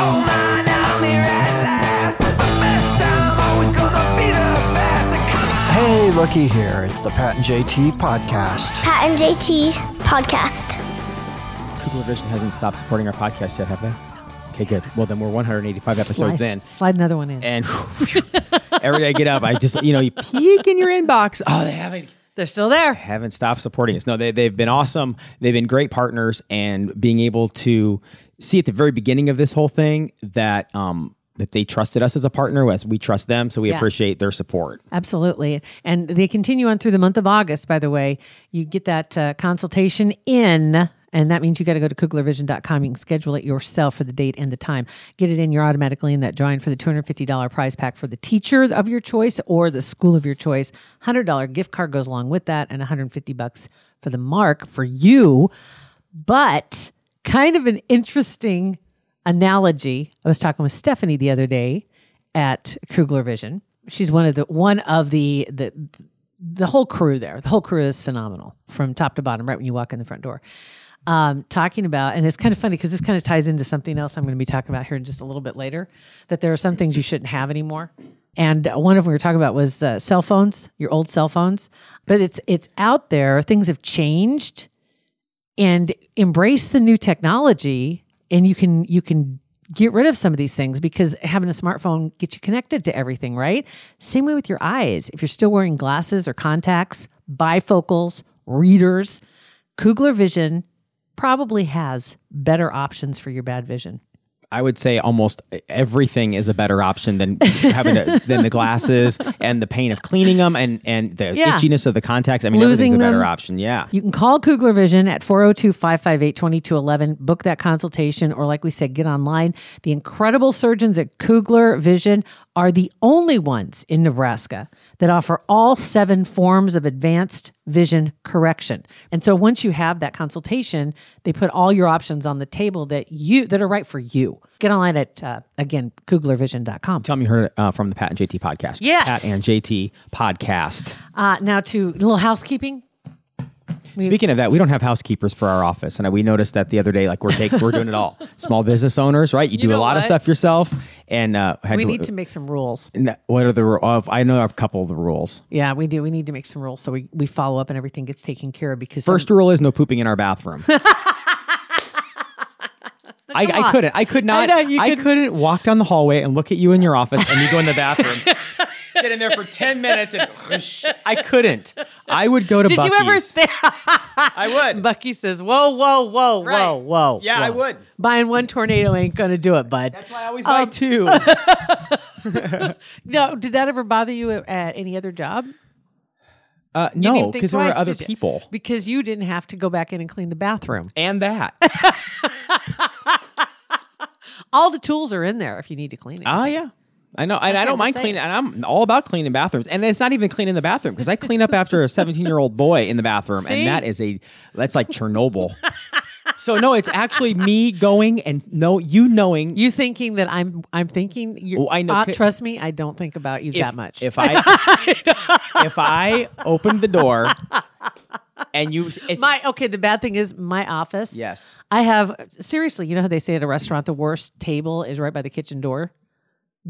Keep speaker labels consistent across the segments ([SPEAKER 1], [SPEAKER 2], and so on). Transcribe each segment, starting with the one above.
[SPEAKER 1] Oh man, I'm here at last. The best time, always gonna be the best. Come on.
[SPEAKER 2] Hey, looky here. It's the Pat and JT podcast.
[SPEAKER 3] Pat and JT podcast.
[SPEAKER 4] Google Vision hasn't stopped supporting our podcast yet, have they? Okay, good. Well, then we're 185 episodes
[SPEAKER 5] slide,
[SPEAKER 4] in.
[SPEAKER 5] Slide another one in.
[SPEAKER 4] And every day I get up, I just, you know, you peek in your inbox. Oh, they haven't
[SPEAKER 5] They're still there.
[SPEAKER 4] haven't stopped supporting us. No, they, they've been awesome. They've been great partners, and being able to see at the very beginning of this whole thing that um, that they trusted us as a partner, as we trust them, so we
[SPEAKER 5] Yeah.
[SPEAKER 4] appreciate their support.
[SPEAKER 5] Absolutely. And they continue on through the month of August, by the way. You get that uh, consultation in, and that means you got to go to kuglervision.com. You can schedule it yourself for the date and the time. Get it in. You're automatically in that drawing for the $250 prize pack for the teacher of your choice or the school of your choice. $100 gift card goes along with that, and 150 bucks for the mark for you. but kind of an interesting analogy. I was talking with Stephanie the other day at Kugler Vision. She's one of the one of the the the whole crew there. The whole crew is phenomenal from top to bottom, right when you walk in the front door. Um, talking about, and it's kind of funny because this kind of ties into something else I'm going to be talking about here in just a little bit later. That there are some things you shouldn't have anymore, and uh, one of them we were talking about was uh, cell phones, your old cell phones. But it's it's out there. Things have changed, and embrace the new technology and you can you can get rid of some of these things because having a smartphone gets you connected to everything right same way with your eyes if you're still wearing glasses or contacts bifocals readers kugler vision probably has better options for your bad vision
[SPEAKER 4] I would say almost everything is a better option than having to, than the glasses and the pain of cleaning them and and the
[SPEAKER 5] Yeah.
[SPEAKER 4] itchiness of the contacts. I mean,
[SPEAKER 5] Losing
[SPEAKER 4] everything's a better
[SPEAKER 5] them.
[SPEAKER 4] option. Yeah.
[SPEAKER 5] You can call Kugler Vision at 402 558 2211, oh book that consultation, or like we said, get online. The incredible surgeons at Kugler Vision are the only ones in Nebraska that offer all seven forms of advanced vision correction. And so once you have that consultation, they put all your options on the table that you that are right for you. Get online at uh, again kuglervision.com.
[SPEAKER 4] Tell me you heard it, uh, from the Pat and JT podcast.
[SPEAKER 5] Yes.
[SPEAKER 4] Pat and JT podcast.
[SPEAKER 5] Uh, now to a little housekeeping.
[SPEAKER 4] Speaking of that, we don't have housekeepers for our office, and we noticed that the other day. Like we're taking, we're doing it all. Small business owners, right? You, do a
[SPEAKER 5] know
[SPEAKER 4] lot of
[SPEAKER 5] what?
[SPEAKER 4] stuff yourself, and uh, had
[SPEAKER 5] We need to make some rules.
[SPEAKER 4] N- What are the? ru- Uh, I know a couple of the rules.
[SPEAKER 5] Yeah, we do. We need to make some rules so we, we follow up and everything gets taken care of because some-
[SPEAKER 4] First rule is no pooping in our bathroom. I, I couldn't. I could not.
[SPEAKER 5] know,
[SPEAKER 4] I,
[SPEAKER 5] you couldn't.
[SPEAKER 4] couldn't walk down the hallway and look at you in your office and you go in the bathroom, sit in there for ten minutes and I couldn't. I would go to.
[SPEAKER 5] did
[SPEAKER 4] Bucky's.
[SPEAKER 5] you ever think
[SPEAKER 4] I would.
[SPEAKER 5] Bucky says, "Whoa, whoa, whoa,
[SPEAKER 4] Right.
[SPEAKER 5] whoa, whoa"?
[SPEAKER 4] Yeah, I
[SPEAKER 5] whoa. Um,
[SPEAKER 4] would.
[SPEAKER 5] Buying one tornado ain't gonna do it, bud.
[SPEAKER 4] I always buy two. Uh,
[SPEAKER 5] No, did that ever bother you at, at any other job?
[SPEAKER 4] Uh,
[SPEAKER 5] You
[SPEAKER 4] no,
[SPEAKER 5] didn't think
[SPEAKER 4] because there were
[SPEAKER 5] twice,
[SPEAKER 4] other
[SPEAKER 5] did you?
[SPEAKER 4] people.
[SPEAKER 5] because you didn't have to go back in and clean the bathroom.
[SPEAKER 4] And that.
[SPEAKER 5] All the tools are in there if you need to clean it.
[SPEAKER 4] Ah, yeah. I know, and I don't
[SPEAKER 5] just
[SPEAKER 4] mind
[SPEAKER 5] saying.
[SPEAKER 4] cleaning. And I'm all about cleaning bathrooms, and it's not even cleaning the bathroom because I clean up after a 17 year old boy in the bathroom,
[SPEAKER 5] See?
[SPEAKER 4] and that is a that's like Chernobyl. so no, it's actually me going and no, you knowing
[SPEAKER 5] you thinking that I'm I'm thinking you're
[SPEAKER 4] Well, Oh, I know-
[SPEAKER 5] uh, trust me, I don't think about you
[SPEAKER 4] if,
[SPEAKER 5] that much.
[SPEAKER 4] If I if I opened the door and you, it's,
[SPEAKER 5] my okay, the bad thing is my office.
[SPEAKER 4] yes,
[SPEAKER 5] I have seriously, you know how they say at a restaurant the worst table is right by the kitchen door?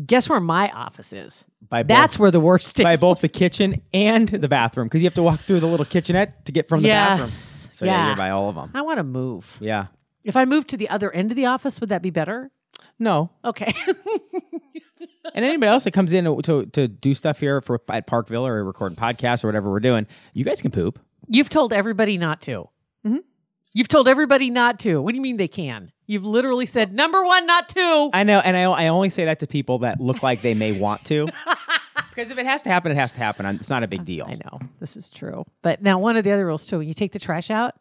[SPEAKER 5] Guess where my office is?
[SPEAKER 4] By both-
[SPEAKER 5] That's where the worst table
[SPEAKER 4] by both the kitchen and the bathroom because you have to walk through the little kitchenette to get from the bathroom.
[SPEAKER 5] Yes.
[SPEAKER 4] So yeah,
[SPEAKER 5] Yeah.
[SPEAKER 4] you're by all of them.
[SPEAKER 5] I want to move.
[SPEAKER 4] Yeah.
[SPEAKER 5] If I moved to the other end of the office, would that be better?
[SPEAKER 4] No,
[SPEAKER 5] Okay.
[SPEAKER 4] And anybody else that comes in to, to, to do stuff here for at Parkville or record podcasts or whatever we're doing, you guys can poop.
[SPEAKER 5] You've told everybody not to.
[SPEAKER 4] Mm-hmm.
[SPEAKER 5] You've told everybody not to. What do you mean they can? You've literally said number one, not two.
[SPEAKER 4] I know, and I, I only say that to people that look like they may want to, because if it has to happen, it has to happen. I'm- It's not a big deal.
[SPEAKER 5] I know this is true. But now, one of the other rules too when you take the trash out,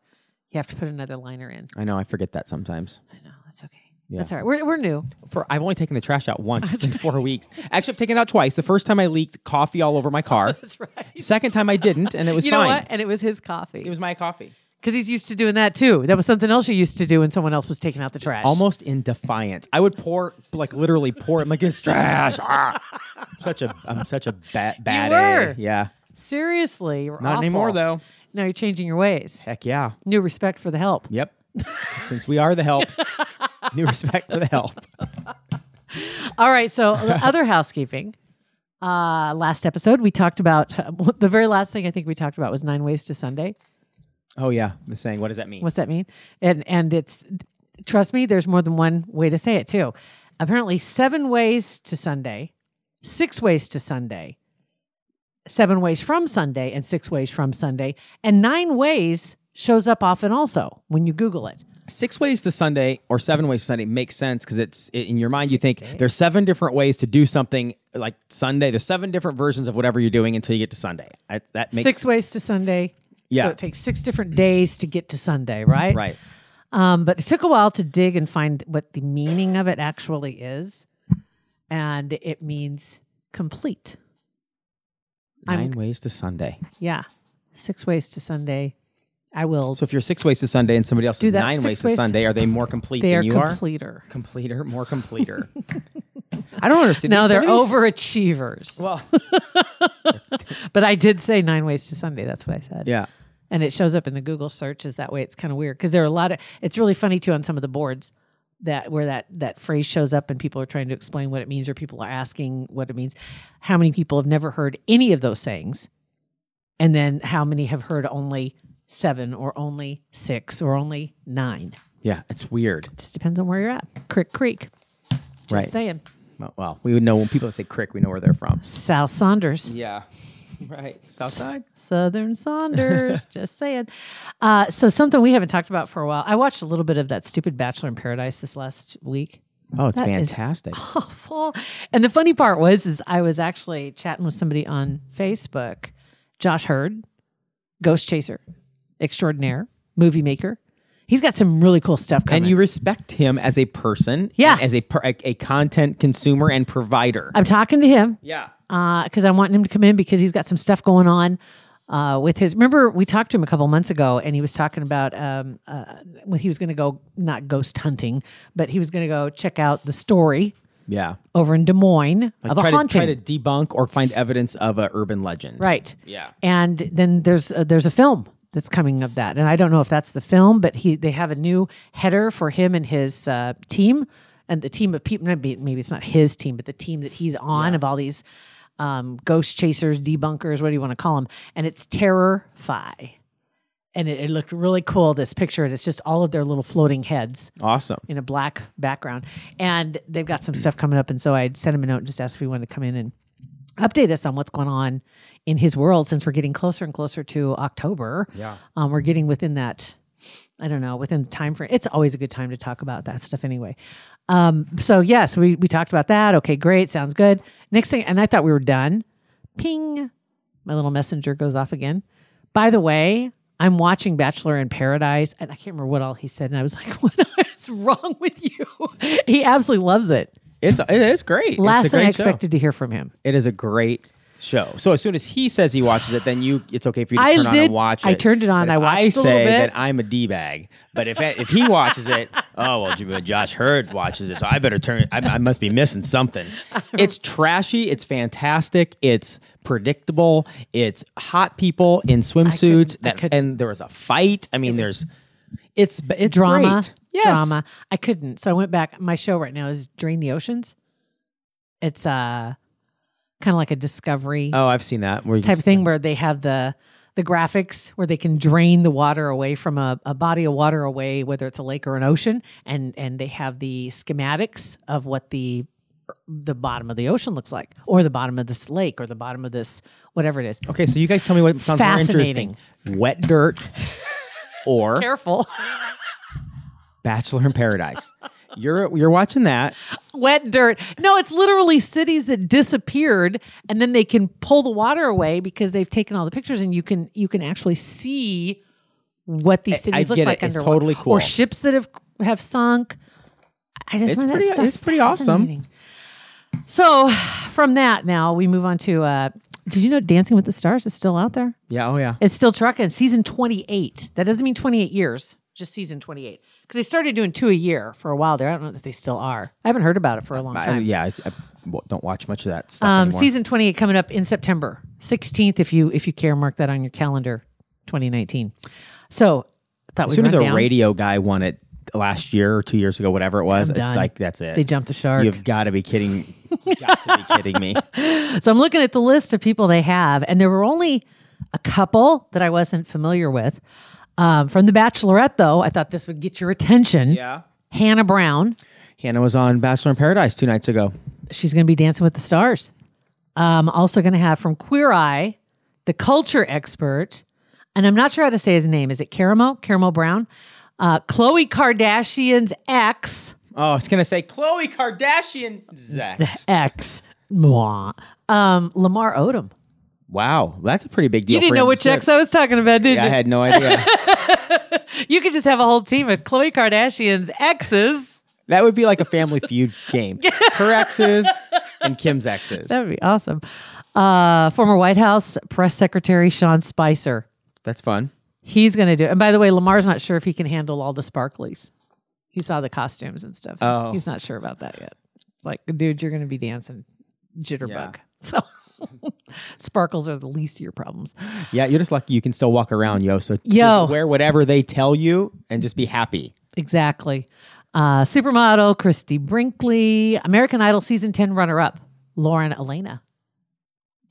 [SPEAKER 5] you have to put another liner in.
[SPEAKER 4] I know. I forget that sometimes.
[SPEAKER 5] I know. That's okay. That's all right. We're, we're new.
[SPEAKER 4] For I've only taken the trash out once. It's been four weeks. Actually, I've taken it out twice. The first time I leaked coffee all over my car. That's
[SPEAKER 5] right.
[SPEAKER 4] Second time I didn't, and it was
[SPEAKER 5] You know
[SPEAKER 4] fine.
[SPEAKER 5] what? And it was his coffee.
[SPEAKER 4] It was my coffee.
[SPEAKER 5] Because he's used to doing that too. That was something else you used to do when someone else was taking out the trash.
[SPEAKER 4] Almost in defiance, I would pour like literally pour. I'm like it's trash. Ah. I'm such a I'm such a bad bad.
[SPEAKER 5] were.
[SPEAKER 4] A. Yeah.
[SPEAKER 5] Seriously. you were
[SPEAKER 4] Not anymore
[SPEAKER 5] awful.
[SPEAKER 4] though.
[SPEAKER 5] Now you're changing your ways.
[SPEAKER 4] Heck yeah.
[SPEAKER 5] New respect for the help.
[SPEAKER 4] Yep. Since we are the help, new respect for the help.
[SPEAKER 5] All right. So, the other housekeeping. Uh, last episode, we talked about the very last thing I think we talked about was nine ways to Sunday.
[SPEAKER 4] Oh yeah, the saying. What does that mean?
[SPEAKER 5] What's that mean? And and it's trust me, there's more than one way to say it too. Apparently, seven ways to Sunday, six ways to Sunday, seven ways from Sunday, and six ways from Sunday, and nine ways shows up often also when you Google it.
[SPEAKER 4] Six ways to Sunday or seven ways to Sunday makes sense because it's i- in your mind. You think there's seven different ways to do something like Sunday. There's seven different versions of whatever you're doing until you get to Sunday. I, that makes
[SPEAKER 5] six ways to Sunday.
[SPEAKER 4] Yeah.
[SPEAKER 5] So it takes six different days to get to Sunday, right?
[SPEAKER 4] right.
[SPEAKER 5] Um, but it took a while to dig and find what the meaning of it actually is. And it means complete.
[SPEAKER 4] 9 ways to Sunday.
[SPEAKER 5] Yeah. Six ways to Sunday. I will.
[SPEAKER 4] So if you're six ways to Sunday and somebody else
[SPEAKER 5] Do
[SPEAKER 4] is
[SPEAKER 5] that
[SPEAKER 4] nine
[SPEAKER 5] six
[SPEAKER 4] ways,
[SPEAKER 5] ways-
[SPEAKER 4] to Sunday, are they more complete
[SPEAKER 5] they are
[SPEAKER 4] than you
[SPEAKER 5] completer.
[SPEAKER 4] are? Completer, more completer. I don't understand.
[SPEAKER 5] No, they're
[SPEAKER 4] Some of these-
[SPEAKER 5] overachievers.
[SPEAKER 4] Well,
[SPEAKER 5] but I did say nine ways to Sunday. That's what I said.
[SPEAKER 4] yeah.
[SPEAKER 5] And it shows up in the Google searches that way. It's kind of weird because there are a lot of, it's really funny too on some of the boards that where that that phrase shows up and people are trying to explain what it means or people are asking what it means how many people have never heard any of those sayings and then how many have heard only 7 or only 6 or only 9
[SPEAKER 4] Yeah. It's weird.
[SPEAKER 5] just depends on where you're at crick creek just
[SPEAKER 4] right.
[SPEAKER 5] saying
[SPEAKER 4] Well, we would know when people say crick, we know where they're from.
[SPEAKER 5] South Saunders,
[SPEAKER 4] Yeah. Right. Southside?
[SPEAKER 5] Southern Saunders, just saying. Uh, so something we haven't talked about for a while. I watched a little bit of that stupid Bachelor in Paradise this last week.
[SPEAKER 4] Oh, it's
[SPEAKER 5] That is-
[SPEAKER 4] fantastic.
[SPEAKER 5] Awful. And the funny part was, is I was actually chatting with somebody on Facebook, Josh Hurd, Ghost Chaser, extraordinaire movie maker. He's got some really cool stuff coming.
[SPEAKER 4] and you respect him as a person,
[SPEAKER 5] Yeah.
[SPEAKER 4] and as a, per, a a content consumer and provider.
[SPEAKER 5] I'm talking to him.
[SPEAKER 4] yeah,
[SPEAKER 5] because Uh, I'm wanting him to come in because he's got some stuff going on uh, with his. Remember, we talked to him a couple months ago, and he was talking about um, uh, when he was going to go not ghost hunting, but he was going to go check out the story
[SPEAKER 4] yeah.
[SPEAKER 5] over in Des Moines of
[SPEAKER 4] try
[SPEAKER 5] a haunting.
[SPEAKER 4] to try to debunk or find evidence of a urban legend.
[SPEAKER 5] Right.
[SPEAKER 4] Yeah.
[SPEAKER 5] And then there's a, there's a film that's coming of that, and I don't know if that's the film, but he they have a new header for him and his uh, team, and the team of people. Maybe, maybe it's not his team, but the team that he's on of all these um, ghost chasers, debunkers, what do you want to call them? And it's Terrorfy. And it, it looked really cool, this picture. And it's just all of their little floating heads
[SPEAKER 4] Awesome.
[SPEAKER 5] in a black background. And they've got some stuff coming up. And so I sent him a note and just asked if he wanted to come in and update us on what's going on in his world since we're getting closer and closer to October. Yeah. Um, we're getting within that, I don't know, within the time frame. It's always a good time to talk about that stuff anyway. Um, so yes, we, we talked about that. Okay, great. Sounds good. Next thing, and I thought we were done. Ping. My little messenger goes off again. By the way, I'm watching Bachelor in Paradise, and I can't remember what all he said. And I was like, "What is wrong with you?" he absolutely loves it.
[SPEAKER 4] It's it is great. It's a
[SPEAKER 5] Last thing
[SPEAKER 4] great
[SPEAKER 5] I
[SPEAKER 4] show.
[SPEAKER 5] expected to hear from him.
[SPEAKER 4] It is a great show. So as soon as he says he watches it, then you it's okay for you to
[SPEAKER 5] I
[SPEAKER 4] turn on
[SPEAKER 5] did-
[SPEAKER 4] and watch it.
[SPEAKER 5] I turned it on,
[SPEAKER 4] And
[SPEAKER 5] I
[SPEAKER 4] if
[SPEAKER 5] watched a
[SPEAKER 4] I
[SPEAKER 5] little
[SPEAKER 4] say
[SPEAKER 5] bit.
[SPEAKER 4] that I'm a d bag, but if if he watches it, oh well, Jim- Josh Hurd watches it, so I better turn. I, I must be missing something. It's trashy. It's fantastic. It's predictable. It's hot people in swimsuits. That and there was a fight. I mean, there's it's it's
[SPEAKER 5] drama,
[SPEAKER 4] Great. Yes.
[SPEAKER 5] drama. I couldn't, so I went back. My show right now is Drain the Oceans. It's uh kind of like a discovery
[SPEAKER 4] Oh, I've seen that. Where you
[SPEAKER 5] type
[SPEAKER 4] just-
[SPEAKER 5] of thing where they have the the graphics where they can drain the water away from a, a body of water away, whether it's a lake or an ocean, and and they have the schematics of what the the bottom of the ocean looks like, or the bottom of this lake, or the bottom of this whatever it is.
[SPEAKER 4] Okay, so you guys tell me what sounds more interesting: wet dirt or
[SPEAKER 5] Careful,
[SPEAKER 4] Bachelor in Paradise. You're you're watching that.
[SPEAKER 5] wet dirt. No, it's literally cities that disappeared, and then they can pull the water away because they've taken all the pictures, and you can you can actually see what these
[SPEAKER 4] I
[SPEAKER 5] cities look
[SPEAKER 4] get it.
[SPEAKER 5] like
[SPEAKER 4] It's
[SPEAKER 5] underwater.
[SPEAKER 4] totally cool.
[SPEAKER 5] Or ships that have have sunk. I just
[SPEAKER 4] It's
[SPEAKER 5] find
[SPEAKER 4] pretty-
[SPEAKER 5] that stuff
[SPEAKER 4] it's pretty awesome.
[SPEAKER 5] fascinating. So, from that now we move on to. Uh, did you know Dancing with the Stars is still out there?
[SPEAKER 4] Yeah. Oh yeah.
[SPEAKER 5] It's still trucking. Season 28. That doesn't mean 28 years, just season 28. Because they started doing two a year for a while there. I don't know if they still are. I haven't heard about it for a long
[SPEAKER 4] I,
[SPEAKER 5] time.
[SPEAKER 4] yeah. I, I w- don't watch much of that stuff
[SPEAKER 5] um,
[SPEAKER 4] anymore.
[SPEAKER 5] season 28 coming up in September 16th, if you if you care, mark that on your calendar, 2019. So, thought
[SPEAKER 4] as
[SPEAKER 5] we
[SPEAKER 4] soon as a
[SPEAKER 5] down.
[SPEAKER 4] radio guy won it last year or two years ago, whatever it was, it's
[SPEAKER 5] done.
[SPEAKER 4] like that's it.
[SPEAKER 5] They jumped the shark.
[SPEAKER 4] You've got to be kidding. got to be kidding me.
[SPEAKER 5] So I'm looking at the list of people they have, and there were only a couple that I wasn't familiar with. Um, from The Bachelorette, though, I thought this would get your attention.
[SPEAKER 4] Yeah.
[SPEAKER 5] Hannah Brown,
[SPEAKER 4] Hannah was on Bachelor in Paradise two nights ago.
[SPEAKER 5] she's going to be dancing with the stars. Um, also going to have from Queer Eye, the culture expert, and I'm not sure how to say his name. Is it Caramo? Caramo Brown? Uh, Chloe Kardashian's ex,
[SPEAKER 4] Oh, I was gonna say Chloe Kardashian. Zax.
[SPEAKER 5] ex, mwah, um, Lamar Odom.
[SPEAKER 4] Wow, that's a pretty big deal.
[SPEAKER 5] You didn't
[SPEAKER 4] for
[SPEAKER 5] know
[SPEAKER 4] him.
[SPEAKER 5] which
[SPEAKER 4] So-
[SPEAKER 5] ex I was talking about, did
[SPEAKER 4] Yeah, I
[SPEAKER 5] you?
[SPEAKER 4] had no idea.
[SPEAKER 5] You could just have a whole team of Chloe Kardashian's exes.
[SPEAKER 4] that would be like a family feud game. Her exes and Kim's exes.
[SPEAKER 5] That'd be awesome. Uh, former White House press secretary Sean Spicer.
[SPEAKER 4] That's fun.
[SPEAKER 5] He's going to do it. And by the way, Lamar's not sure if he can handle all the sparklies. He saw the costumes and stuff.
[SPEAKER 4] Oh.
[SPEAKER 5] He's not sure about that yet. It's like, dude, you're going to be dancing jitterbug. So sparkles are the least of your problems.
[SPEAKER 4] Yeah, you're just lucky you can still walk around, yo. So
[SPEAKER 5] Yo.
[SPEAKER 4] just wear whatever they tell you and just be happy.
[SPEAKER 5] Exactly. Uh, supermodel Christy Brinkley, American Idol season 10 runner up, Lauren Elena.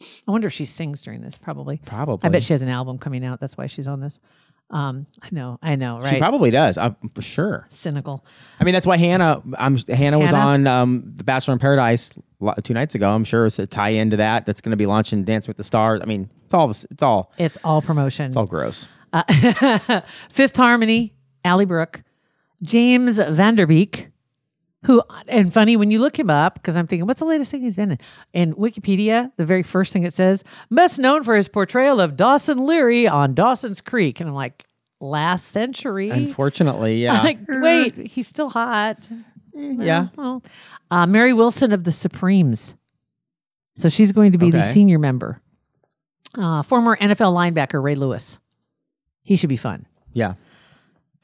[SPEAKER 5] I wonder if she sings during this, probably.
[SPEAKER 4] Probably.
[SPEAKER 5] I bet she has an album coming out. That's why she's on this. Um, I know, I know, right?
[SPEAKER 4] She probably does. I'm for sure.
[SPEAKER 5] Cynical.
[SPEAKER 4] I mean, that's why Hannah. I'm Hannah, was
[SPEAKER 5] Hannah?
[SPEAKER 4] on um, the Bachelor in Paradise lo- two nights ago. I'm sure it's a tie into that. That's going to be launching Dance with the Stars. I mean, it's all this, it's all
[SPEAKER 5] It's all promotion.
[SPEAKER 4] it's all gross.
[SPEAKER 5] Uh, Fifth Harmony, Allie Brooke, James Vanderbeek, who, and funny when you look him up, because I'm thinking, what's the latest thing he's been in? And Wikipedia, the very first thing it says, best known for his portrayal of Dawson Leary on Dawson's Creek. And I'm like, last century?
[SPEAKER 4] Unfortunately, yeah,
[SPEAKER 5] I'm like, wait, he's still hot.
[SPEAKER 4] yeah.
[SPEAKER 5] Well, uh, Mary Wilson of the Supremes. So she's going to be the
[SPEAKER 4] Okay.
[SPEAKER 5] senior member. Uh, former NFL linebacker Ray Lewis. He should be fun
[SPEAKER 4] Yeah.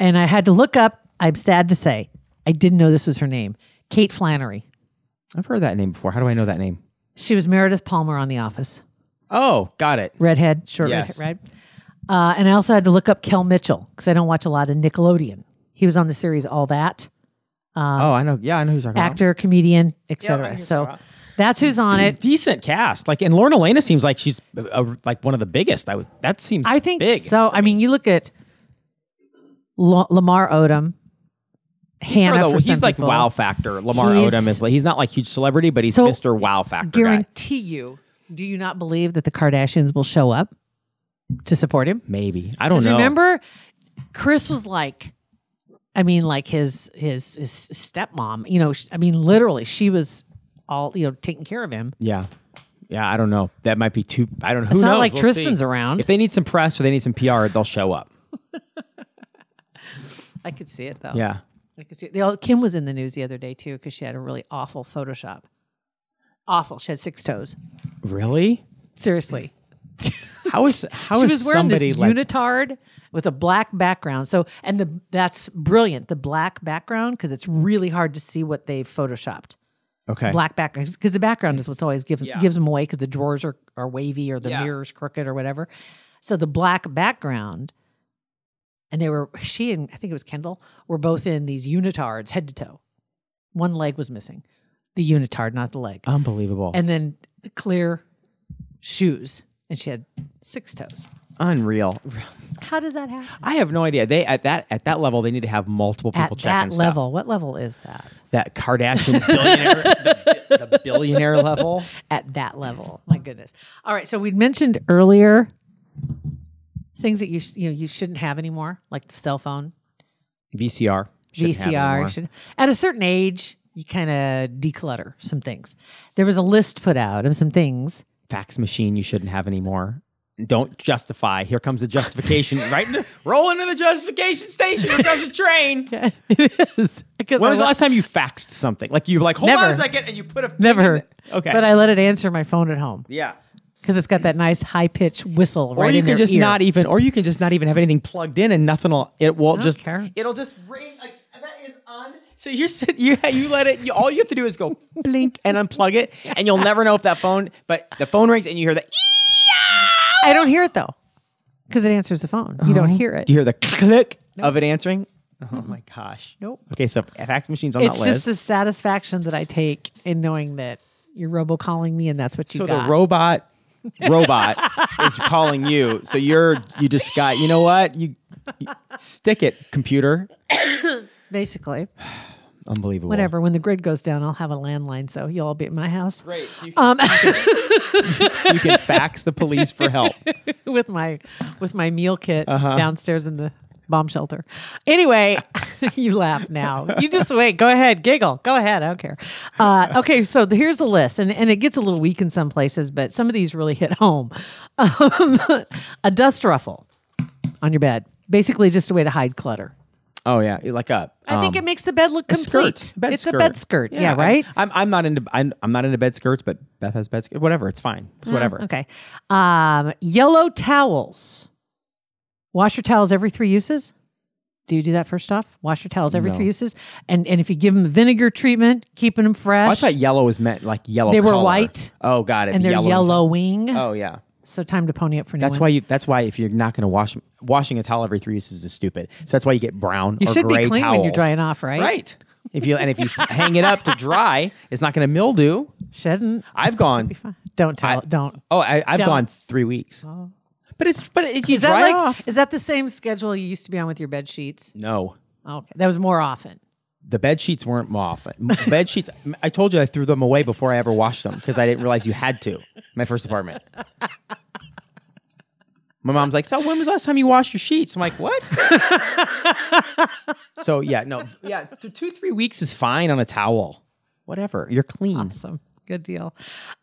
[SPEAKER 5] and I had to look up. I'm sad to say, I didn't know this was her name, Kate Flannery.
[SPEAKER 4] I've heard that name before. How do I know that name?
[SPEAKER 5] She was Meredith Palmer on The Office,
[SPEAKER 4] Oh, got it.
[SPEAKER 5] redhead, short
[SPEAKER 4] Yes.
[SPEAKER 5] redhead, right? Uh, and I also had to look up Kel Mitchell because I don't watch a lot of Nickelodeon. He was on the series All That,
[SPEAKER 4] oh, I know. Yeah, I know who you're talking about.
[SPEAKER 5] Uh, actor, comedian, etc. so that's who's on it.
[SPEAKER 4] Decent cast, like, and Lauren Elena seems like she's uh, uh, like one of the biggest. I would. That seems.
[SPEAKER 5] I think
[SPEAKER 4] big.
[SPEAKER 5] so. I mean, you look at La- Lamar Odom,
[SPEAKER 4] He's, for
[SPEAKER 5] Hannah.
[SPEAKER 4] the-
[SPEAKER 5] for
[SPEAKER 4] he's
[SPEAKER 5] some
[SPEAKER 4] like
[SPEAKER 5] people.
[SPEAKER 4] wow factor. Lamar
[SPEAKER 5] He's-
[SPEAKER 4] Odom is like he's not like huge celebrity, but he's
[SPEAKER 5] So,
[SPEAKER 4] Mr. Wow factor. guy.
[SPEAKER 5] guarantee you, do you not believe that the Kardashians will show up to support him?
[SPEAKER 4] Maybe I don't
[SPEAKER 5] Because
[SPEAKER 4] know.
[SPEAKER 5] remember, Chris was like, I mean, like his his his stepmom. You know, sh- I mean, literally, she was all you know taking care of him.
[SPEAKER 4] Yeah. Yeah, I don't know. That might be too. I don't know. Who
[SPEAKER 5] It's not
[SPEAKER 4] knows?
[SPEAKER 5] like
[SPEAKER 4] We'll
[SPEAKER 5] Tristan's
[SPEAKER 4] see.
[SPEAKER 5] around.
[SPEAKER 4] If they need some press or they need some PR, they'll show up.
[SPEAKER 5] I could see it though.
[SPEAKER 4] Yeah.
[SPEAKER 5] I could see it. They all- Kim was in the news the other day too because she had a really awful Photoshop. Awful. She had six toes.
[SPEAKER 4] Really?
[SPEAKER 5] Seriously.
[SPEAKER 4] How is how
[SPEAKER 5] she
[SPEAKER 4] is
[SPEAKER 5] was wearing
[SPEAKER 4] somebody
[SPEAKER 5] this
[SPEAKER 4] like
[SPEAKER 5] unitard with a black background. So, and the that's brilliant. The black background because it's really hard to see what they photoshopped.
[SPEAKER 4] okay?
[SPEAKER 5] black background because the background is what's always given gives them away because the drawers are, are wavy or the
[SPEAKER 4] Yeah.
[SPEAKER 5] mirrors crooked or whatever. So the black background, and they were she and I think it was Kendall were both in these unitards head to toe. One leg was missing, the unitard, not the leg,
[SPEAKER 4] Oh. Unbelievable.
[SPEAKER 5] and then clear shoes, and she had six toes.
[SPEAKER 4] Unreal.
[SPEAKER 5] How does that happen?
[SPEAKER 4] I have no idea. They at that at that level, they need to have multiple people
[SPEAKER 5] At
[SPEAKER 4] checking
[SPEAKER 5] that
[SPEAKER 4] stuff.
[SPEAKER 5] level, what level is that?
[SPEAKER 4] That Kardashian billionaire, the, the billionaire level.
[SPEAKER 5] At that level, Mm. my goodness. All right, so we'd mentioned earlier things that you sh- you know you shouldn't have anymore, like the cell phone,
[SPEAKER 4] VCR. shouldn't have
[SPEAKER 5] VCR.
[SPEAKER 4] anymore.
[SPEAKER 5] you Should, at a certain age, you kind of declutter some things. There was a list put out of some things.
[SPEAKER 4] fax machine. You shouldn't have anymore. Don't justify. Here comes the justification. right, in the, roll into the justification station. Here comes a train.
[SPEAKER 5] it is. Because
[SPEAKER 4] When
[SPEAKER 5] I
[SPEAKER 4] was the
[SPEAKER 5] let-
[SPEAKER 4] last time you faxed something? Like you were like, hold on a
[SPEAKER 5] Never.
[SPEAKER 4] second, and you put a thing in
[SPEAKER 5] Never.
[SPEAKER 4] the- Okay.
[SPEAKER 5] But I let it answer my phone at home
[SPEAKER 4] yeah.
[SPEAKER 5] because it's got that nice high pitch whistle
[SPEAKER 4] Or
[SPEAKER 5] right
[SPEAKER 4] you
[SPEAKER 5] in
[SPEAKER 4] can
[SPEAKER 5] their
[SPEAKER 4] just
[SPEAKER 5] ear.
[SPEAKER 4] not e- even, or you can just not even have anything plugged in, and nothing will. It will
[SPEAKER 5] don't
[SPEAKER 4] just.
[SPEAKER 5] care.
[SPEAKER 4] It'll just ring. Like and that is un. So you're sit- you you let it. You, all you have to do is go blink and unplug it, and you'll never know if that phone. But the phone rings, and you hear the.
[SPEAKER 5] I don't hear it though because it answers the phone. You don't hear it.
[SPEAKER 4] Uh-huh. Do you hear the click of it answering? Oh my gosh. Nope. Okay, so fax machines on
[SPEAKER 5] it's
[SPEAKER 4] that list.
[SPEAKER 5] just the satisfaction that I take in knowing that you're robocalling me and that's what you
[SPEAKER 4] so
[SPEAKER 5] got.
[SPEAKER 4] the robot robot is calling you. So you're you just got you know what you, you stick it computer.
[SPEAKER 5] Basically,
[SPEAKER 4] Unbelievable.
[SPEAKER 5] whatever. When the grid goes down, I'll have a landline, so you'll all be at my house
[SPEAKER 4] Great. So you,
[SPEAKER 5] um,
[SPEAKER 4] so you can fax the police for help.
[SPEAKER 5] with my with my meal kit
[SPEAKER 4] Uh-huh.
[SPEAKER 5] downstairs in the bomb shelter. Anyway, you laugh now. You just wait. Go ahead, giggle. Go ahead. I don't care. Uh, okay, so the- here's the list, and and it gets a little weak in some places, but some of these really hit home. Um, a dust ruffle on your bed, basically just a way to hide clutter.
[SPEAKER 4] Oh yeah, like a. um,
[SPEAKER 5] I think it makes the bed look
[SPEAKER 4] a
[SPEAKER 5] complete.
[SPEAKER 4] skirt. Bed
[SPEAKER 5] it's
[SPEAKER 4] skirt.
[SPEAKER 5] a bed skirt. Yeah, right.
[SPEAKER 4] I'm, I'm I'm not into I'm, I'm not into bed skirts, but Beth has bed skirts. Whatever, it's fine. It's whatever.
[SPEAKER 5] Mm, okay. Um, yellow towels. Wash your towels every three uses. Do you do that first off? Wash your towels every
[SPEAKER 4] No.
[SPEAKER 5] three uses, and and if you give them vinegar treatment, keeping them fresh.
[SPEAKER 4] Oh, I thought yellow was meant like yellow.
[SPEAKER 5] They were
[SPEAKER 4] color.
[SPEAKER 5] white,
[SPEAKER 4] Oh, got it.
[SPEAKER 5] and
[SPEAKER 4] the
[SPEAKER 5] they're
[SPEAKER 4] yellow
[SPEAKER 5] yellowing.
[SPEAKER 4] Oh yeah.
[SPEAKER 5] So time to pony up for new
[SPEAKER 4] That's
[SPEAKER 5] ones.
[SPEAKER 4] why you. That's why if you're not going to wash washing a towel every three uses is stupid. So that's why you get brown
[SPEAKER 5] You
[SPEAKER 4] or
[SPEAKER 5] should be
[SPEAKER 4] gray
[SPEAKER 5] clean when
[SPEAKER 4] towels.
[SPEAKER 5] you're drying off, right?
[SPEAKER 4] Right. If you and if you s- hang it up to dry, it's not going to mildew.
[SPEAKER 5] shouldn't.
[SPEAKER 4] I've gone.
[SPEAKER 5] Don't tell.
[SPEAKER 4] I-
[SPEAKER 5] don't.
[SPEAKER 4] Oh, I, I've
[SPEAKER 5] Don't. Oh.
[SPEAKER 4] gone three weeks. But it's but it, you
[SPEAKER 5] Is that
[SPEAKER 4] dry
[SPEAKER 5] like?
[SPEAKER 4] off.
[SPEAKER 5] Is that the same schedule you used to be on with your bed sheets?
[SPEAKER 4] No,
[SPEAKER 5] Okay, that was more often.
[SPEAKER 4] the bed sheets weren't off. bed sheets. I told you I threw them away before I ever washed them because I didn't realize you had to. My first apartment. My mom's like, so when was the last time you washed your sheets? I'm like, what? so yeah, no, yeah, th- two three weeks is fine on a towel. Whatever, you're clean.
[SPEAKER 5] Awesome. Good deal.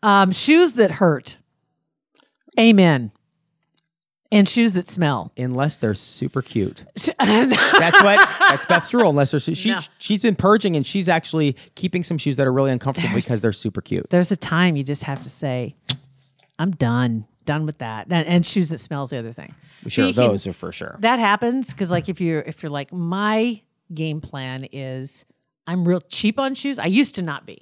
[SPEAKER 5] Um, shoes that hurt. Amen. And shoes that smell.
[SPEAKER 4] Unless they're super cute. that's what that's Beth's rule. Unless they're su- she she's been purging and she's actually keeping some shoes that are really uncomfortable because they're super cute.
[SPEAKER 5] There's a time you just have to say, I'm done. Done with that. And, and shoes that smells the other thing.
[SPEAKER 4] Sure,
[SPEAKER 5] you can-
[SPEAKER 4] those are for sure.
[SPEAKER 5] That happens because like if you're if you're like, my game plan is I'm real cheap on shoes. I used to not be.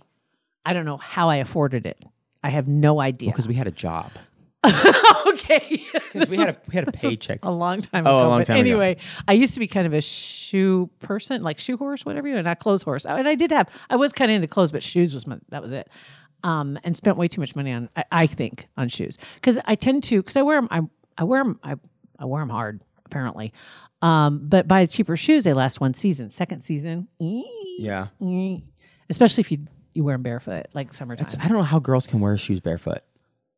[SPEAKER 5] I don't know how I afforded it. I have no idea.
[SPEAKER 4] Because Oh, we had a job.
[SPEAKER 5] okay.
[SPEAKER 4] Because we
[SPEAKER 5] This
[SPEAKER 4] had a, we had a
[SPEAKER 5] This was
[SPEAKER 4] paycheck.
[SPEAKER 5] a long time
[SPEAKER 4] Oh, a
[SPEAKER 5] ago.
[SPEAKER 4] long
[SPEAKER 5] but
[SPEAKER 4] time ago.
[SPEAKER 5] anyway, I used to be kind of a shoe person, like shoe horse, whatever you, and not clothes horse. And I did have, I was kind of into clothes, but shoes was my, that was it. Um, and spent way too much money on, I, I think, on shoes because I tend to, because I wear them, I, I wear them, I, I wear them hard apparently. Um, but buy cheaper shoes, they last one season. Second season, ee,
[SPEAKER 4] Yeah.
[SPEAKER 5] ee. especially if you you wear them barefoot, like summertime.
[SPEAKER 4] I don't know how girls can wear shoes barefoot.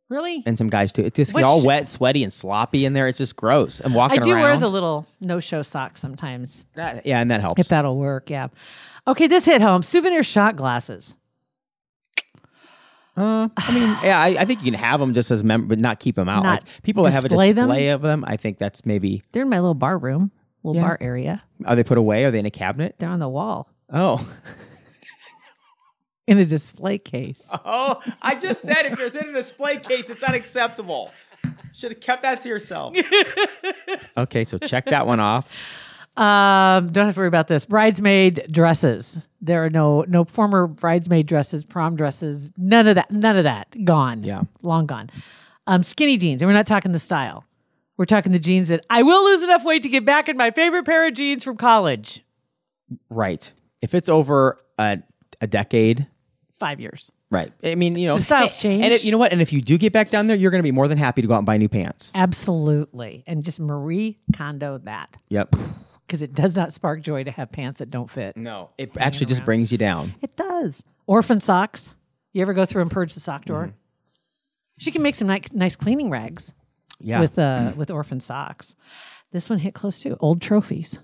[SPEAKER 5] really,
[SPEAKER 4] And some guys too. It's just
[SPEAKER 5] What
[SPEAKER 4] you're all
[SPEAKER 5] sh-
[SPEAKER 4] wet, sweaty, and sloppy in there. It's just gross. I'm
[SPEAKER 5] I
[SPEAKER 4] walking
[SPEAKER 5] do
[SPEAKER 4] around.
[SPEAKER 5] wear the little no-show socks sometimes.
[SPEAKER 4] that, yeah, and that helps.
[SPEAKER 5] If that'll work, yeah. Okay, this hit home. Souvenir shot glasses.
[SPEAKER 4] Uh, I mean, yeah, I, I think you can have them just as mem, but not keep them out.
[SPEAKER 5] Not
[SPEAKER 4] like people that have a
[SPEAKER 5] display them?
[SPEAKER 4] display of them, I think that's maybe
[SPEAKER 5] They're in my little bar room, little
[SPEAKER 4] Yeah.
[SPEAKER 5] bar area.
[SPEAKER 4] are they put away? Are they in a cabinet?
[SPEAKER 5] They're on the wall
[SPEAKER 4] Oh,
[SPEAKER 5] in a display case.
[SPEAKER 4] oh! I just said if it's in a display case, it's unacceptable. Should have kept that to yourself. okay, so check that one off.
[SPEAKER 5] Um, don't have to worry about this. Bridesmaid dresses. There are no no former bridesmaid dresses, prom dresses, none of that. None of that. Gone.
[SPEAKER 4] Yeah.
[SPEAKER 5] long gone. Um, skinny jeans, and we're not talking the style. We're talking the jeans that I will lose enough weight to get back in my favorite pair of jeans from college.
[SPEAKER 4] Right. If it's over a, a decade,
[SPEAKER 5] Five years.
[SPEAKER 4] Right. I mean, you know,
[SPEAKER 5] The styles
[SPEAKER 4] and-
[SPEAKER 5] change.
[SPEAKER 4] and if, you know what? And if you do get back down there, you're going to be more than happy to go out and buy new pants.
[SPEAKER 5] Absolutely. And just Marie Kondo that.
[SPEAKER 4] Yep.
[SPEAKER 5] because it does not spark joy to have pants that don't fit.
[SPEAKER 4] No, it actually just brings you down.
[SPEAKER 5] It does. Orphan socks. You ever go through and purge the sock drawer? She can make some nice, nice cleaning rags
[SPEAKER 4] Yeah.
[SPEAKER 5] with uh, with orphan socks. This one hit close to old trophies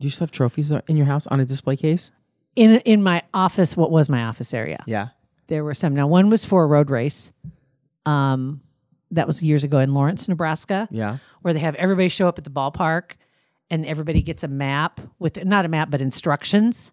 [SPEAKER 4] do you still have trophies in your house on a display case?
[SPEAKER 5] in in my office. What was my office area?
[SPEAKER 4] Yeah.
[SPEAKER 5] There were some. Now one was for a road race. Um, that was years ago in Lawrence, Nebraska.
[SPEAKER 4] Yeah.
[SPEAKER 5] Where they have everybody show up at the ballpark and everybody gets a map with not a map but instructions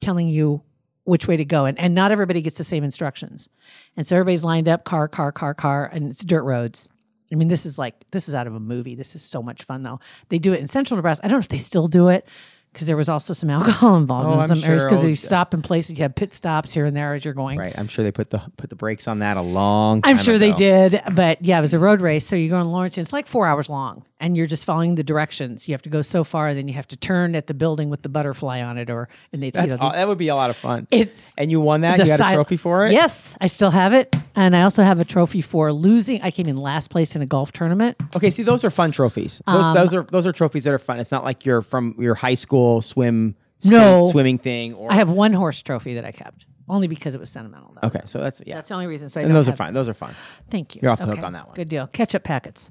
[SPEAKER 5] telling you which way to go and and not everybody gets the same instructions. And so everybody's lined up car car car car and it's dirt roads. I mean this is like this is out of a movie. This is so much fun though. They do it in Central Nebraska. I don't know if they still do it because there was also some alcohol involved
[SPEAKER 4] Oh,
[SPEAKER 5] in
[SPEAKER 4] I'm
[SPEAKER 5] some areas
[SPEAKER 4] sure.
[SPEAKER 5] because
[SPEAKER 4] Oh,
[SPEAKER 5] you stop in places you have pit stops here and there as you're going.
[SPEAKER 4] Right. I'm sure they put the put the brakes on that a long time
[SPEAKER 5] I'm sure they
[SPEAKER 4] ago.
[SPEAKER 5] did, but yeah, it was a road race. So you go in Lawrence, and it's like four hours long, and you're just following the directions. You have to go so far, and then you have to turn at the building with the butterfly on it, or and they
[SPEAKER 4] That's
[SPEAKER 5] you know,
[SPEAKER 4] aw-
[SPEAKER 5] these-
[SPEAKER 4] that would be a lot of fun.
[SPEAKER 5] It's
[SPEAKER 4] and you won that.
[SPEAKER 5] the
[SPEAKER 4] You had a
[SPEAKER 5] sil-
[SPEAKER 4] trophy for it.
[SPEAKER 5] Yes, I still have it, and I also have a trophy for losing. I came in last place in a golf tournament.
[SPEAKER 4] Okay. See, those are fun trophies. Those,
[SPEAKER 5] Um,
[SPEAKER 4] those are those are trophies that are fun. It's not like you're from your high school swim state
[SPEAKER 5] No.
[SPEAKER 4] swimming thing. Or
[SPEAKER 5] I have one horse trophy that I kept only because it was sentimental. Though.
[SPEAKER 4] okay. So that's yeah.
[SPEAKER 5] That's the only reason. So I
[SPEAKER 4] and
[SPEAKER 5] don't
[SPEAKER 4] those are
[SPEAKER 5] have-
[SPEAKER 4] fine. Those are fine.
[SPEAKER 5] Thank you.
[SPEAKER 4] You're off the hook on that one.
[SPEAKER 5] Good deal. Ketchup packets.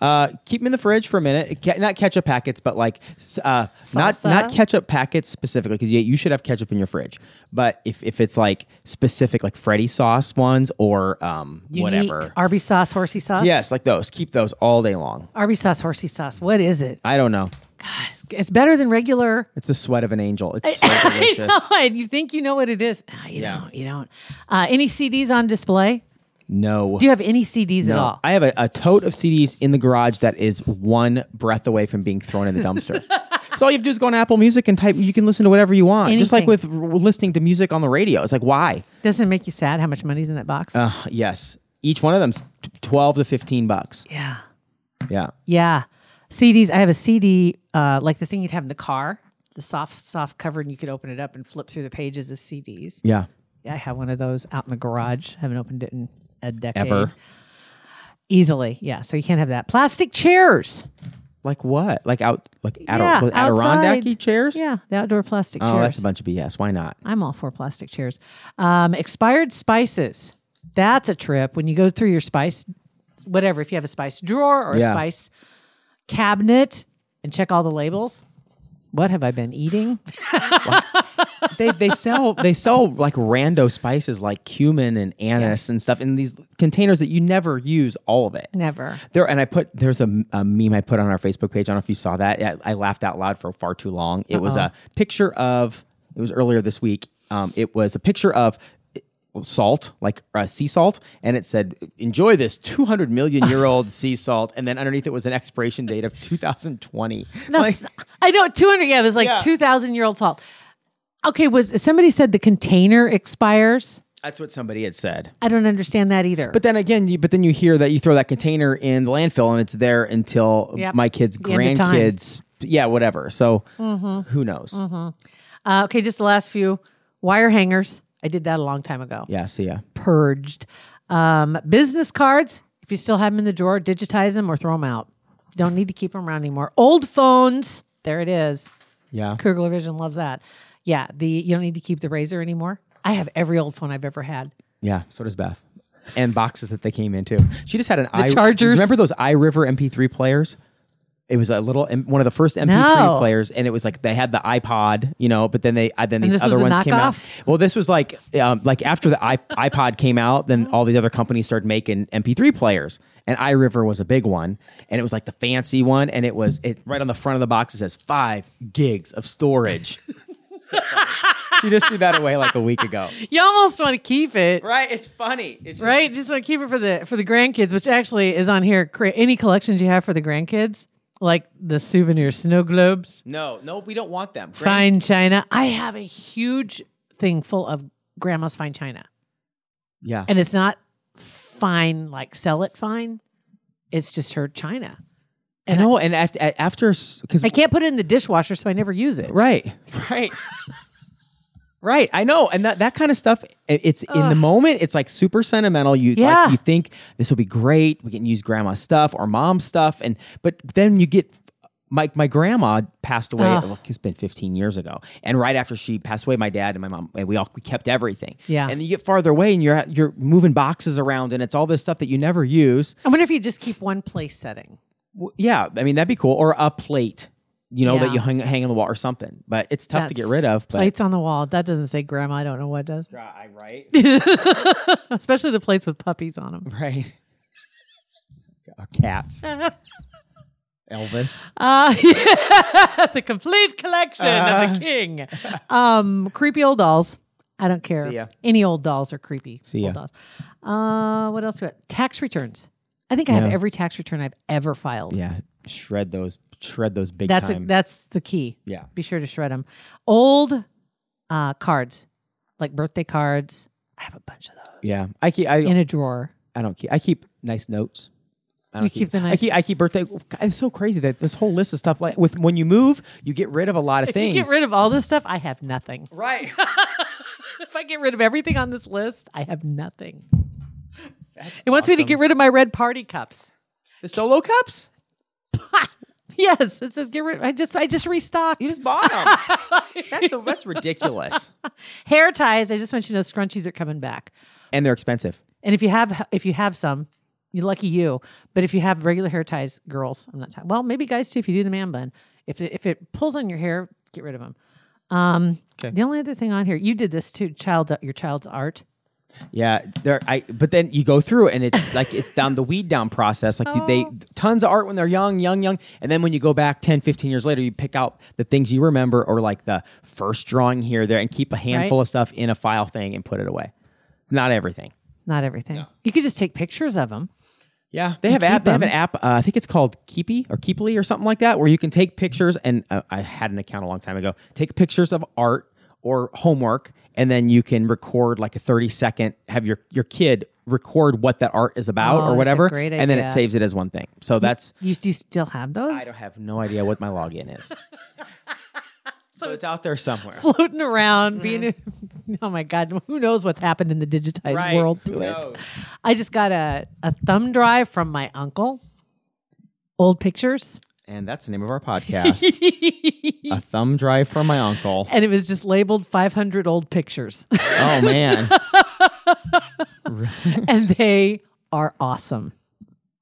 [SPEAKER 4] Uh, keep them in the fridge for a minute. Ke- not ketchup packets, but like s- uh, not
[SPEAKER 5] Salsa.
[SPEAKER 4] not ketchup packets specifically, because you, you should have ketchup in your fridge. But if, if it's like specific, like Freddy sauce ones or um
[SPEAKER 5] Unique
[SPEAKER 4] whatever,
[SPEAKER 5] Arby sauce, horsey sauce.
[SPEAKER 4] yes, like those. Keep those all day long.
[SPEAKER 5] Arby sauce, horsey sauce. What is it?
[SPEAKER 4] I don't know.
[SPEAKER 5] It's better than regular.
[SPEAKER 4] It's the sweat of an angel. It's so delicious.
[SPEAKER 5] God, you think you know what it is? Ah, you
[SPEAKER 4] Yeah.
[SPEAKER 5] don't. You don't. Uh, any CDs on display?
[SPEAKER 4] No.
[SPEAKER 5] Do you have any CDs at
[SPEAKER 4] No.
[SPEAKER 5] all?
[SPEAKER 4] I have a, a tote of CDs in the garage that is one breath away from being thrown in the dumpster. so all you have to do is go on Apple Music and type. You can listen to whatever you want, just like with
[SPEAKER 5] Anything.
[SPEAKER 4] r- listening to music on the radio. It's like why?
[SPEAKER 5] Doesn't it make you sad how much money's in that box?
[SPEAKER 4] Uh, yes, each one of them's t- twelve to fifteen bucks.
[SPEAKER 5] yeah.
[SPEAKER 4] Yeah,
[SPEAKER 5] Yeah. CDs. I have a CD, uh, like the thing you'd have in the car, the soft, soft cover, and you could open it up and flip through the pages of CDs.
[SPEAKER 4] yeah.
[SPEAKER 5] Yeah, I have one of those out in the garage. Haven't opened it in a decade.
[SPEAKER 4] Ever
[SPEAKER 5] Easily. Yeah. So you can't have that. Plastic chairs.
[SPEAKER 4] like what? Like out like
[SPEAKER 5] Yeah,
[SPEAKER 4] Ador- Adirondack
[SPEAKER 5] outside.
[SPEAKER 4] chairs?
[SPEAKER 5] Yeah. The outdoor plastic
[SPEAKER 4] Oh,
[SPEAKER 5] chairs.
[SPEAKER 4] that's a bunch of BS. Why not?
[SPEAKER 5] I'm all for plastic chairs. Um, expired spices. That's a trip. When you go through your spice, whatever, if you have a spice drawer or
[SPEAKER 4] Yeah.
[SPEAKER 5] a spice cabinet and check all the labels. What have I been eating?
[SPEAKER 4] they they sell they sell like rando spices like cumin and anise and stuff in these containers that you never use all of it.
[SPEAKER 5] Never.
[SPEAKER 4] There and I put there's a, a meme I put on our Facebook page. I don't know if you saw that. I, I laughed out loud for far too long. It was a picture of it was earlier this week. Um, it was a picture of salt, like uh, sea salt, and it said, "Enjoy this 200 million year old sea salt," and then underneath it was an expiration date of 2020.
[SPEAKER 5] No,
[SPEAKER 4] Like,
[SPEAKER 5] s- I know 200. Yeah, it was like
[SPEAKER 4] Yeah.
[SPEAKER 5] 2,000 year old salt. Okay, was somebody said the container expires?
[SPEAKER 4] that's what somebody had said.
[SPEAKER 5] I don't understand that either.
[SPEAKER 4] But then again, you, but then you hear that you throw that container in the landfill and it's there until
[SPEAKER 5] Yep.
[SPEAKER 4] my kids'
[SPEAKER 5] The end of time. Mm-hmm.
[SPEAKER 4] grandkids. Yeah, whatever. So who knows?
[SPEAKER 5] uh, okay, just the last few wire hangers. I did that a long time ago.
[SPEAKER 4] Yeah, see ya.
[SPEAKER 5] purged. Um, business cards, if you still have them in the drawer, digitize them or throw them out. Don't need to keep them around anymore. Old phones, there it is.
[SPEAKER 4] Yeah.
[SPEAKER 5] Kugler Vision loves that. Yeah, the you don't need to keep the razor anymore. I have every old phone I've ever had.
[SPEAKER 4] Yeah, so does Beth. And boxes that they came into. She just had an i
[SPEAKER 5] chargers?
[SPEAKER 4] Remember those iRiver MP3 players? It was a little M- one of the first MP3
[SPEAKER 5] No.
[SPEAKER 4] players, and it was like they had the iPod, you know, but then they uh, then these
[SPEAKER 5] this was
[SPEAKER 4] other
[SPEAKER 5] the
[SPEAKER 4] ones came out.
[SPEAKER 5] knockoff?
[SPEAKER 4] Well, this was like um, like after the iP- iPod came out, then all these other companies started making MP3 players, and iRiver was a big one, and it was like the fancy one, and it was it right on the front of the box it says five gigs of storage. she just threw that away like a week ago.
[SPEAKER 5] You almost want to keep it.
[SPEAKER 4] Right? It's funny. It's just,
[SPEAKER 5] right? Just want to keep it for the for the grandkids, which actually is on here. Cre- Any collections you have for the grandkids, like the souvenir snow globes,
[SPEAKER 4] No, no, we don't want them. Grand-
[SPEAKER 5] fine china. I have a huge thing full of grandma's fine china.
[SPEAKER 4] Yeah.
[SPEAKER 5] and it's not fine like sell it fine it's just her china
[SPEAKER 4] I know. And after, after, because
[SPEAKER 5] i can't put it in the dishwasher so i never use it
[SPEAKER 4] right, right, right. I know. And that that kind of stuff, i- it's in the moment. It's like super sentimental. You
[SPEAKER 5] Yeah.
[SPEAKER 4] like, you think this will be great. We can use grandma's stuff or mom's stuff, and but then you get. My, my grandma passed away.
[SPEAKER 5] Ugh.
[SPEAKER 4] look, it's been 15 years ago, and right after she passed away, my dad and my mom, and we all we kept everything.
[SPEAKER 5] Yeah.
[SPEAKER 4] and you get farther away, and you're you're moving boxes around, and it's all this stuff that you never use.
[SPEAKER 5] i wonder if you just keep one place setting
[SPEAKER 4] Well, yeah, I mean that'd be cool, or a plate, you know, that
[SPEAKER 5] Yeah.
[SPEAKER 4] you hang hang on the wall or something. But it's tough to get
[SPEAKER 5] That's-
[SPEAKER 4] rid of. But
[SPEAKER 5] plates on the wall that doesn't say grandma i don't know what does
[SPEAKER 4] I right,
[SPEAKER 5] especially the plates with puppies on them
[SPEAKER 4] right. Our Oh, cats. Elvis.
[SPEAKER 5] Uh, the complete collection of
[SPEAKER 4] Uh-huh.
[SPEAKER 5] the king. Um, creepy old dolls. I don't care.
[SPEAKER 4] See ya.
[SPEAKER 5] Any old dolls are creepy.
[SPEAKER 4] See
[SPEAKER 5] old
[SPEAKER 4] ya.
[SPEAKER 5] dolls. Uh, what else? We got? Tax returns. I think I have
[SPEAKER 4] Yeah.
[SPEAKER 5] every tax return I've ever filed.
[SPEAKER 4] Yeah. Shred those. Shred those big
[SPEAKER 5] that's a,
[SPEAKER 4] time.
[SPEAKER 5] that's the key.
[SPEAKER 4] yeah.
[SPEAKER 5] Be sure to shred them. Old uh, cards, like birthday cards. I have a bunch of those
[SPEAKER 4] Yeah. I keep. I,
[SPEAKER 5] in a drawer.
[SPEAKER 4] I don't keep. I keep nice notes. I
[SPEAKER 5] You keep the
[SPEAKER 4] I
[SPEAKER 5] nice-
[SPEAKER 4] keep. I keep birthday. God, It's so crazy that this whole list of stuff. Like with when you move, you get rid of a lot of
[SPEAKER 5] If
[SPEAKER 4] things.
[SPEAKER 5] you get rid of all this stuff, I have nothing.
[SPEAKER 4] right.
[SPEAKER 5] if I get rid of everything on this list, I have nothing. it wants me to get rid of my red party cups.
[SPEAKER 4] the solo cups.
[SPEAKER 5] Yes, it says get rid. I just I just restocked
[SPEAKER 4] You just bought them. that's that's ridiculous.
[SPEAKER 5] hair ties. I just want you to know scrunchies are coming back.
[SPEAKER 4] And they're expensive.
[SPEAKER 5] And if you have if you have some, you lucky you. But if you have regular hair ties, girls, I'm not talking. Well, maybe guys too. If you do the man bun, if it, if it pulls on your hair, get rid of them. Um,
[SPEAKER 4] 'Kay.
[SPEAKER 5] the only other thing on here, you did this too. Child, your child's art.
[SPEAKER 4] Yeah, there. I but then you go through and it's like it's down the weed down process. Like they tons of art when they're young, young, young, and then when you go back 10, 15 years later, you pick out the things you remember or like the first drawing here there and keep a handful
[SPEAKER 5] Right.
[SPEAKER 4] of stuff in a file thing and put it away. Not everything.
[SPEAKER 5] Not everything. You could just take pictures of them.
[SPEAKER 4] Yeah, they have app. They have an app. Uh, I think it's called Keepy or Keeply or something like that, where you can take pictures. And uh, I had an account a long time ago. Take pictures of art or homework, and then you can record like a thirty second. Have your your kid record what that art is about
[SPEAKER 5] Oh, that's
[SPEAKER 4] or
[SPEAKER 5] a
[SPEAKER 4] whatever,
[SPEAKER 5] great
[SPEAKER 4] and then it
[SPEAKER 5] idea.
[SPEAKER 4] saves it as one thing. So that's.
[SPEAKER 5] You do you still have those?
[SPEAKER 4] I don't have no idea what my login is. so it's out there somewhere.
[SPEAKER 5] floating around, being oh my god, who knows what's happened in the digitized
[SPEAKER 4] Right,
[SPEAKER 5] world
[SPEAKER 4] who
[SPEAKER 5] to it?
[SPEAKER 4] knows?
[SPEAKER 5] I just got a a thumb drive from my uncle, old pictures,
[SPEAKER 4] And that's the name of our podcast. a thumb drive for my uncle.
[SPEAKER 5] and it was just labeled 500 old pictures,
[SPEAKER 4] Oh man.
[SPEAKER 5] and they are awesome.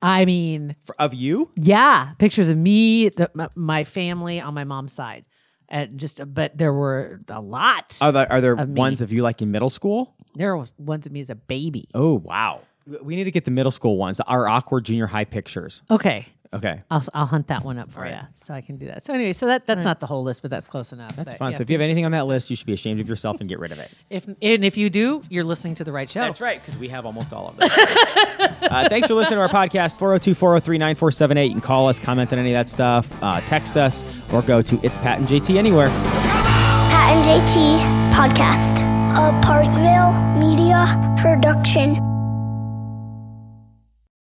[SPEAKER 5] I mean,
[SPEAKER 4] For- of you?
[SPEAKER 5] yeah, pictures of me, the, my, my family on my mom's side, and just but there were a lot.
[SPEAKER 4] Are there, are there
[SPEAKER 5] Of me.
[SPEAKER 4] ones of you like in middle school?
[SPEAKER 5] there were ones of me as a baby.
[SPEAKER 4] Oh wow. We need to get the middle school ones, our awkward junior high pictures.
[SPEAKER 5] Okay,
[SPEAKER 4] Okay.
[SPEAKER 5] I'll, I'll hunt that one up for
[SPEAKER 4] right.
[SPEAKER 5] you so I can do that. So anyway, so that that's not the whole list, but that's close enough.
[SPEAKER 4] That's fun. so if you have anything on that list, you should be ashamed of yourself and get rid of it.
[SPEAKER 5] if and if you do, you're listening to the right show.
[SPEAKER 4] That's right, because we have almost all of them. uh, thanks for listening to our podcast, 402 403 9478. You can call us, comment on any of that stuff, uh, text us, or go to It's Pat and JT anywhere.
[SPEAKER 3] Pat and JT Podcast. A Parkville Media Production.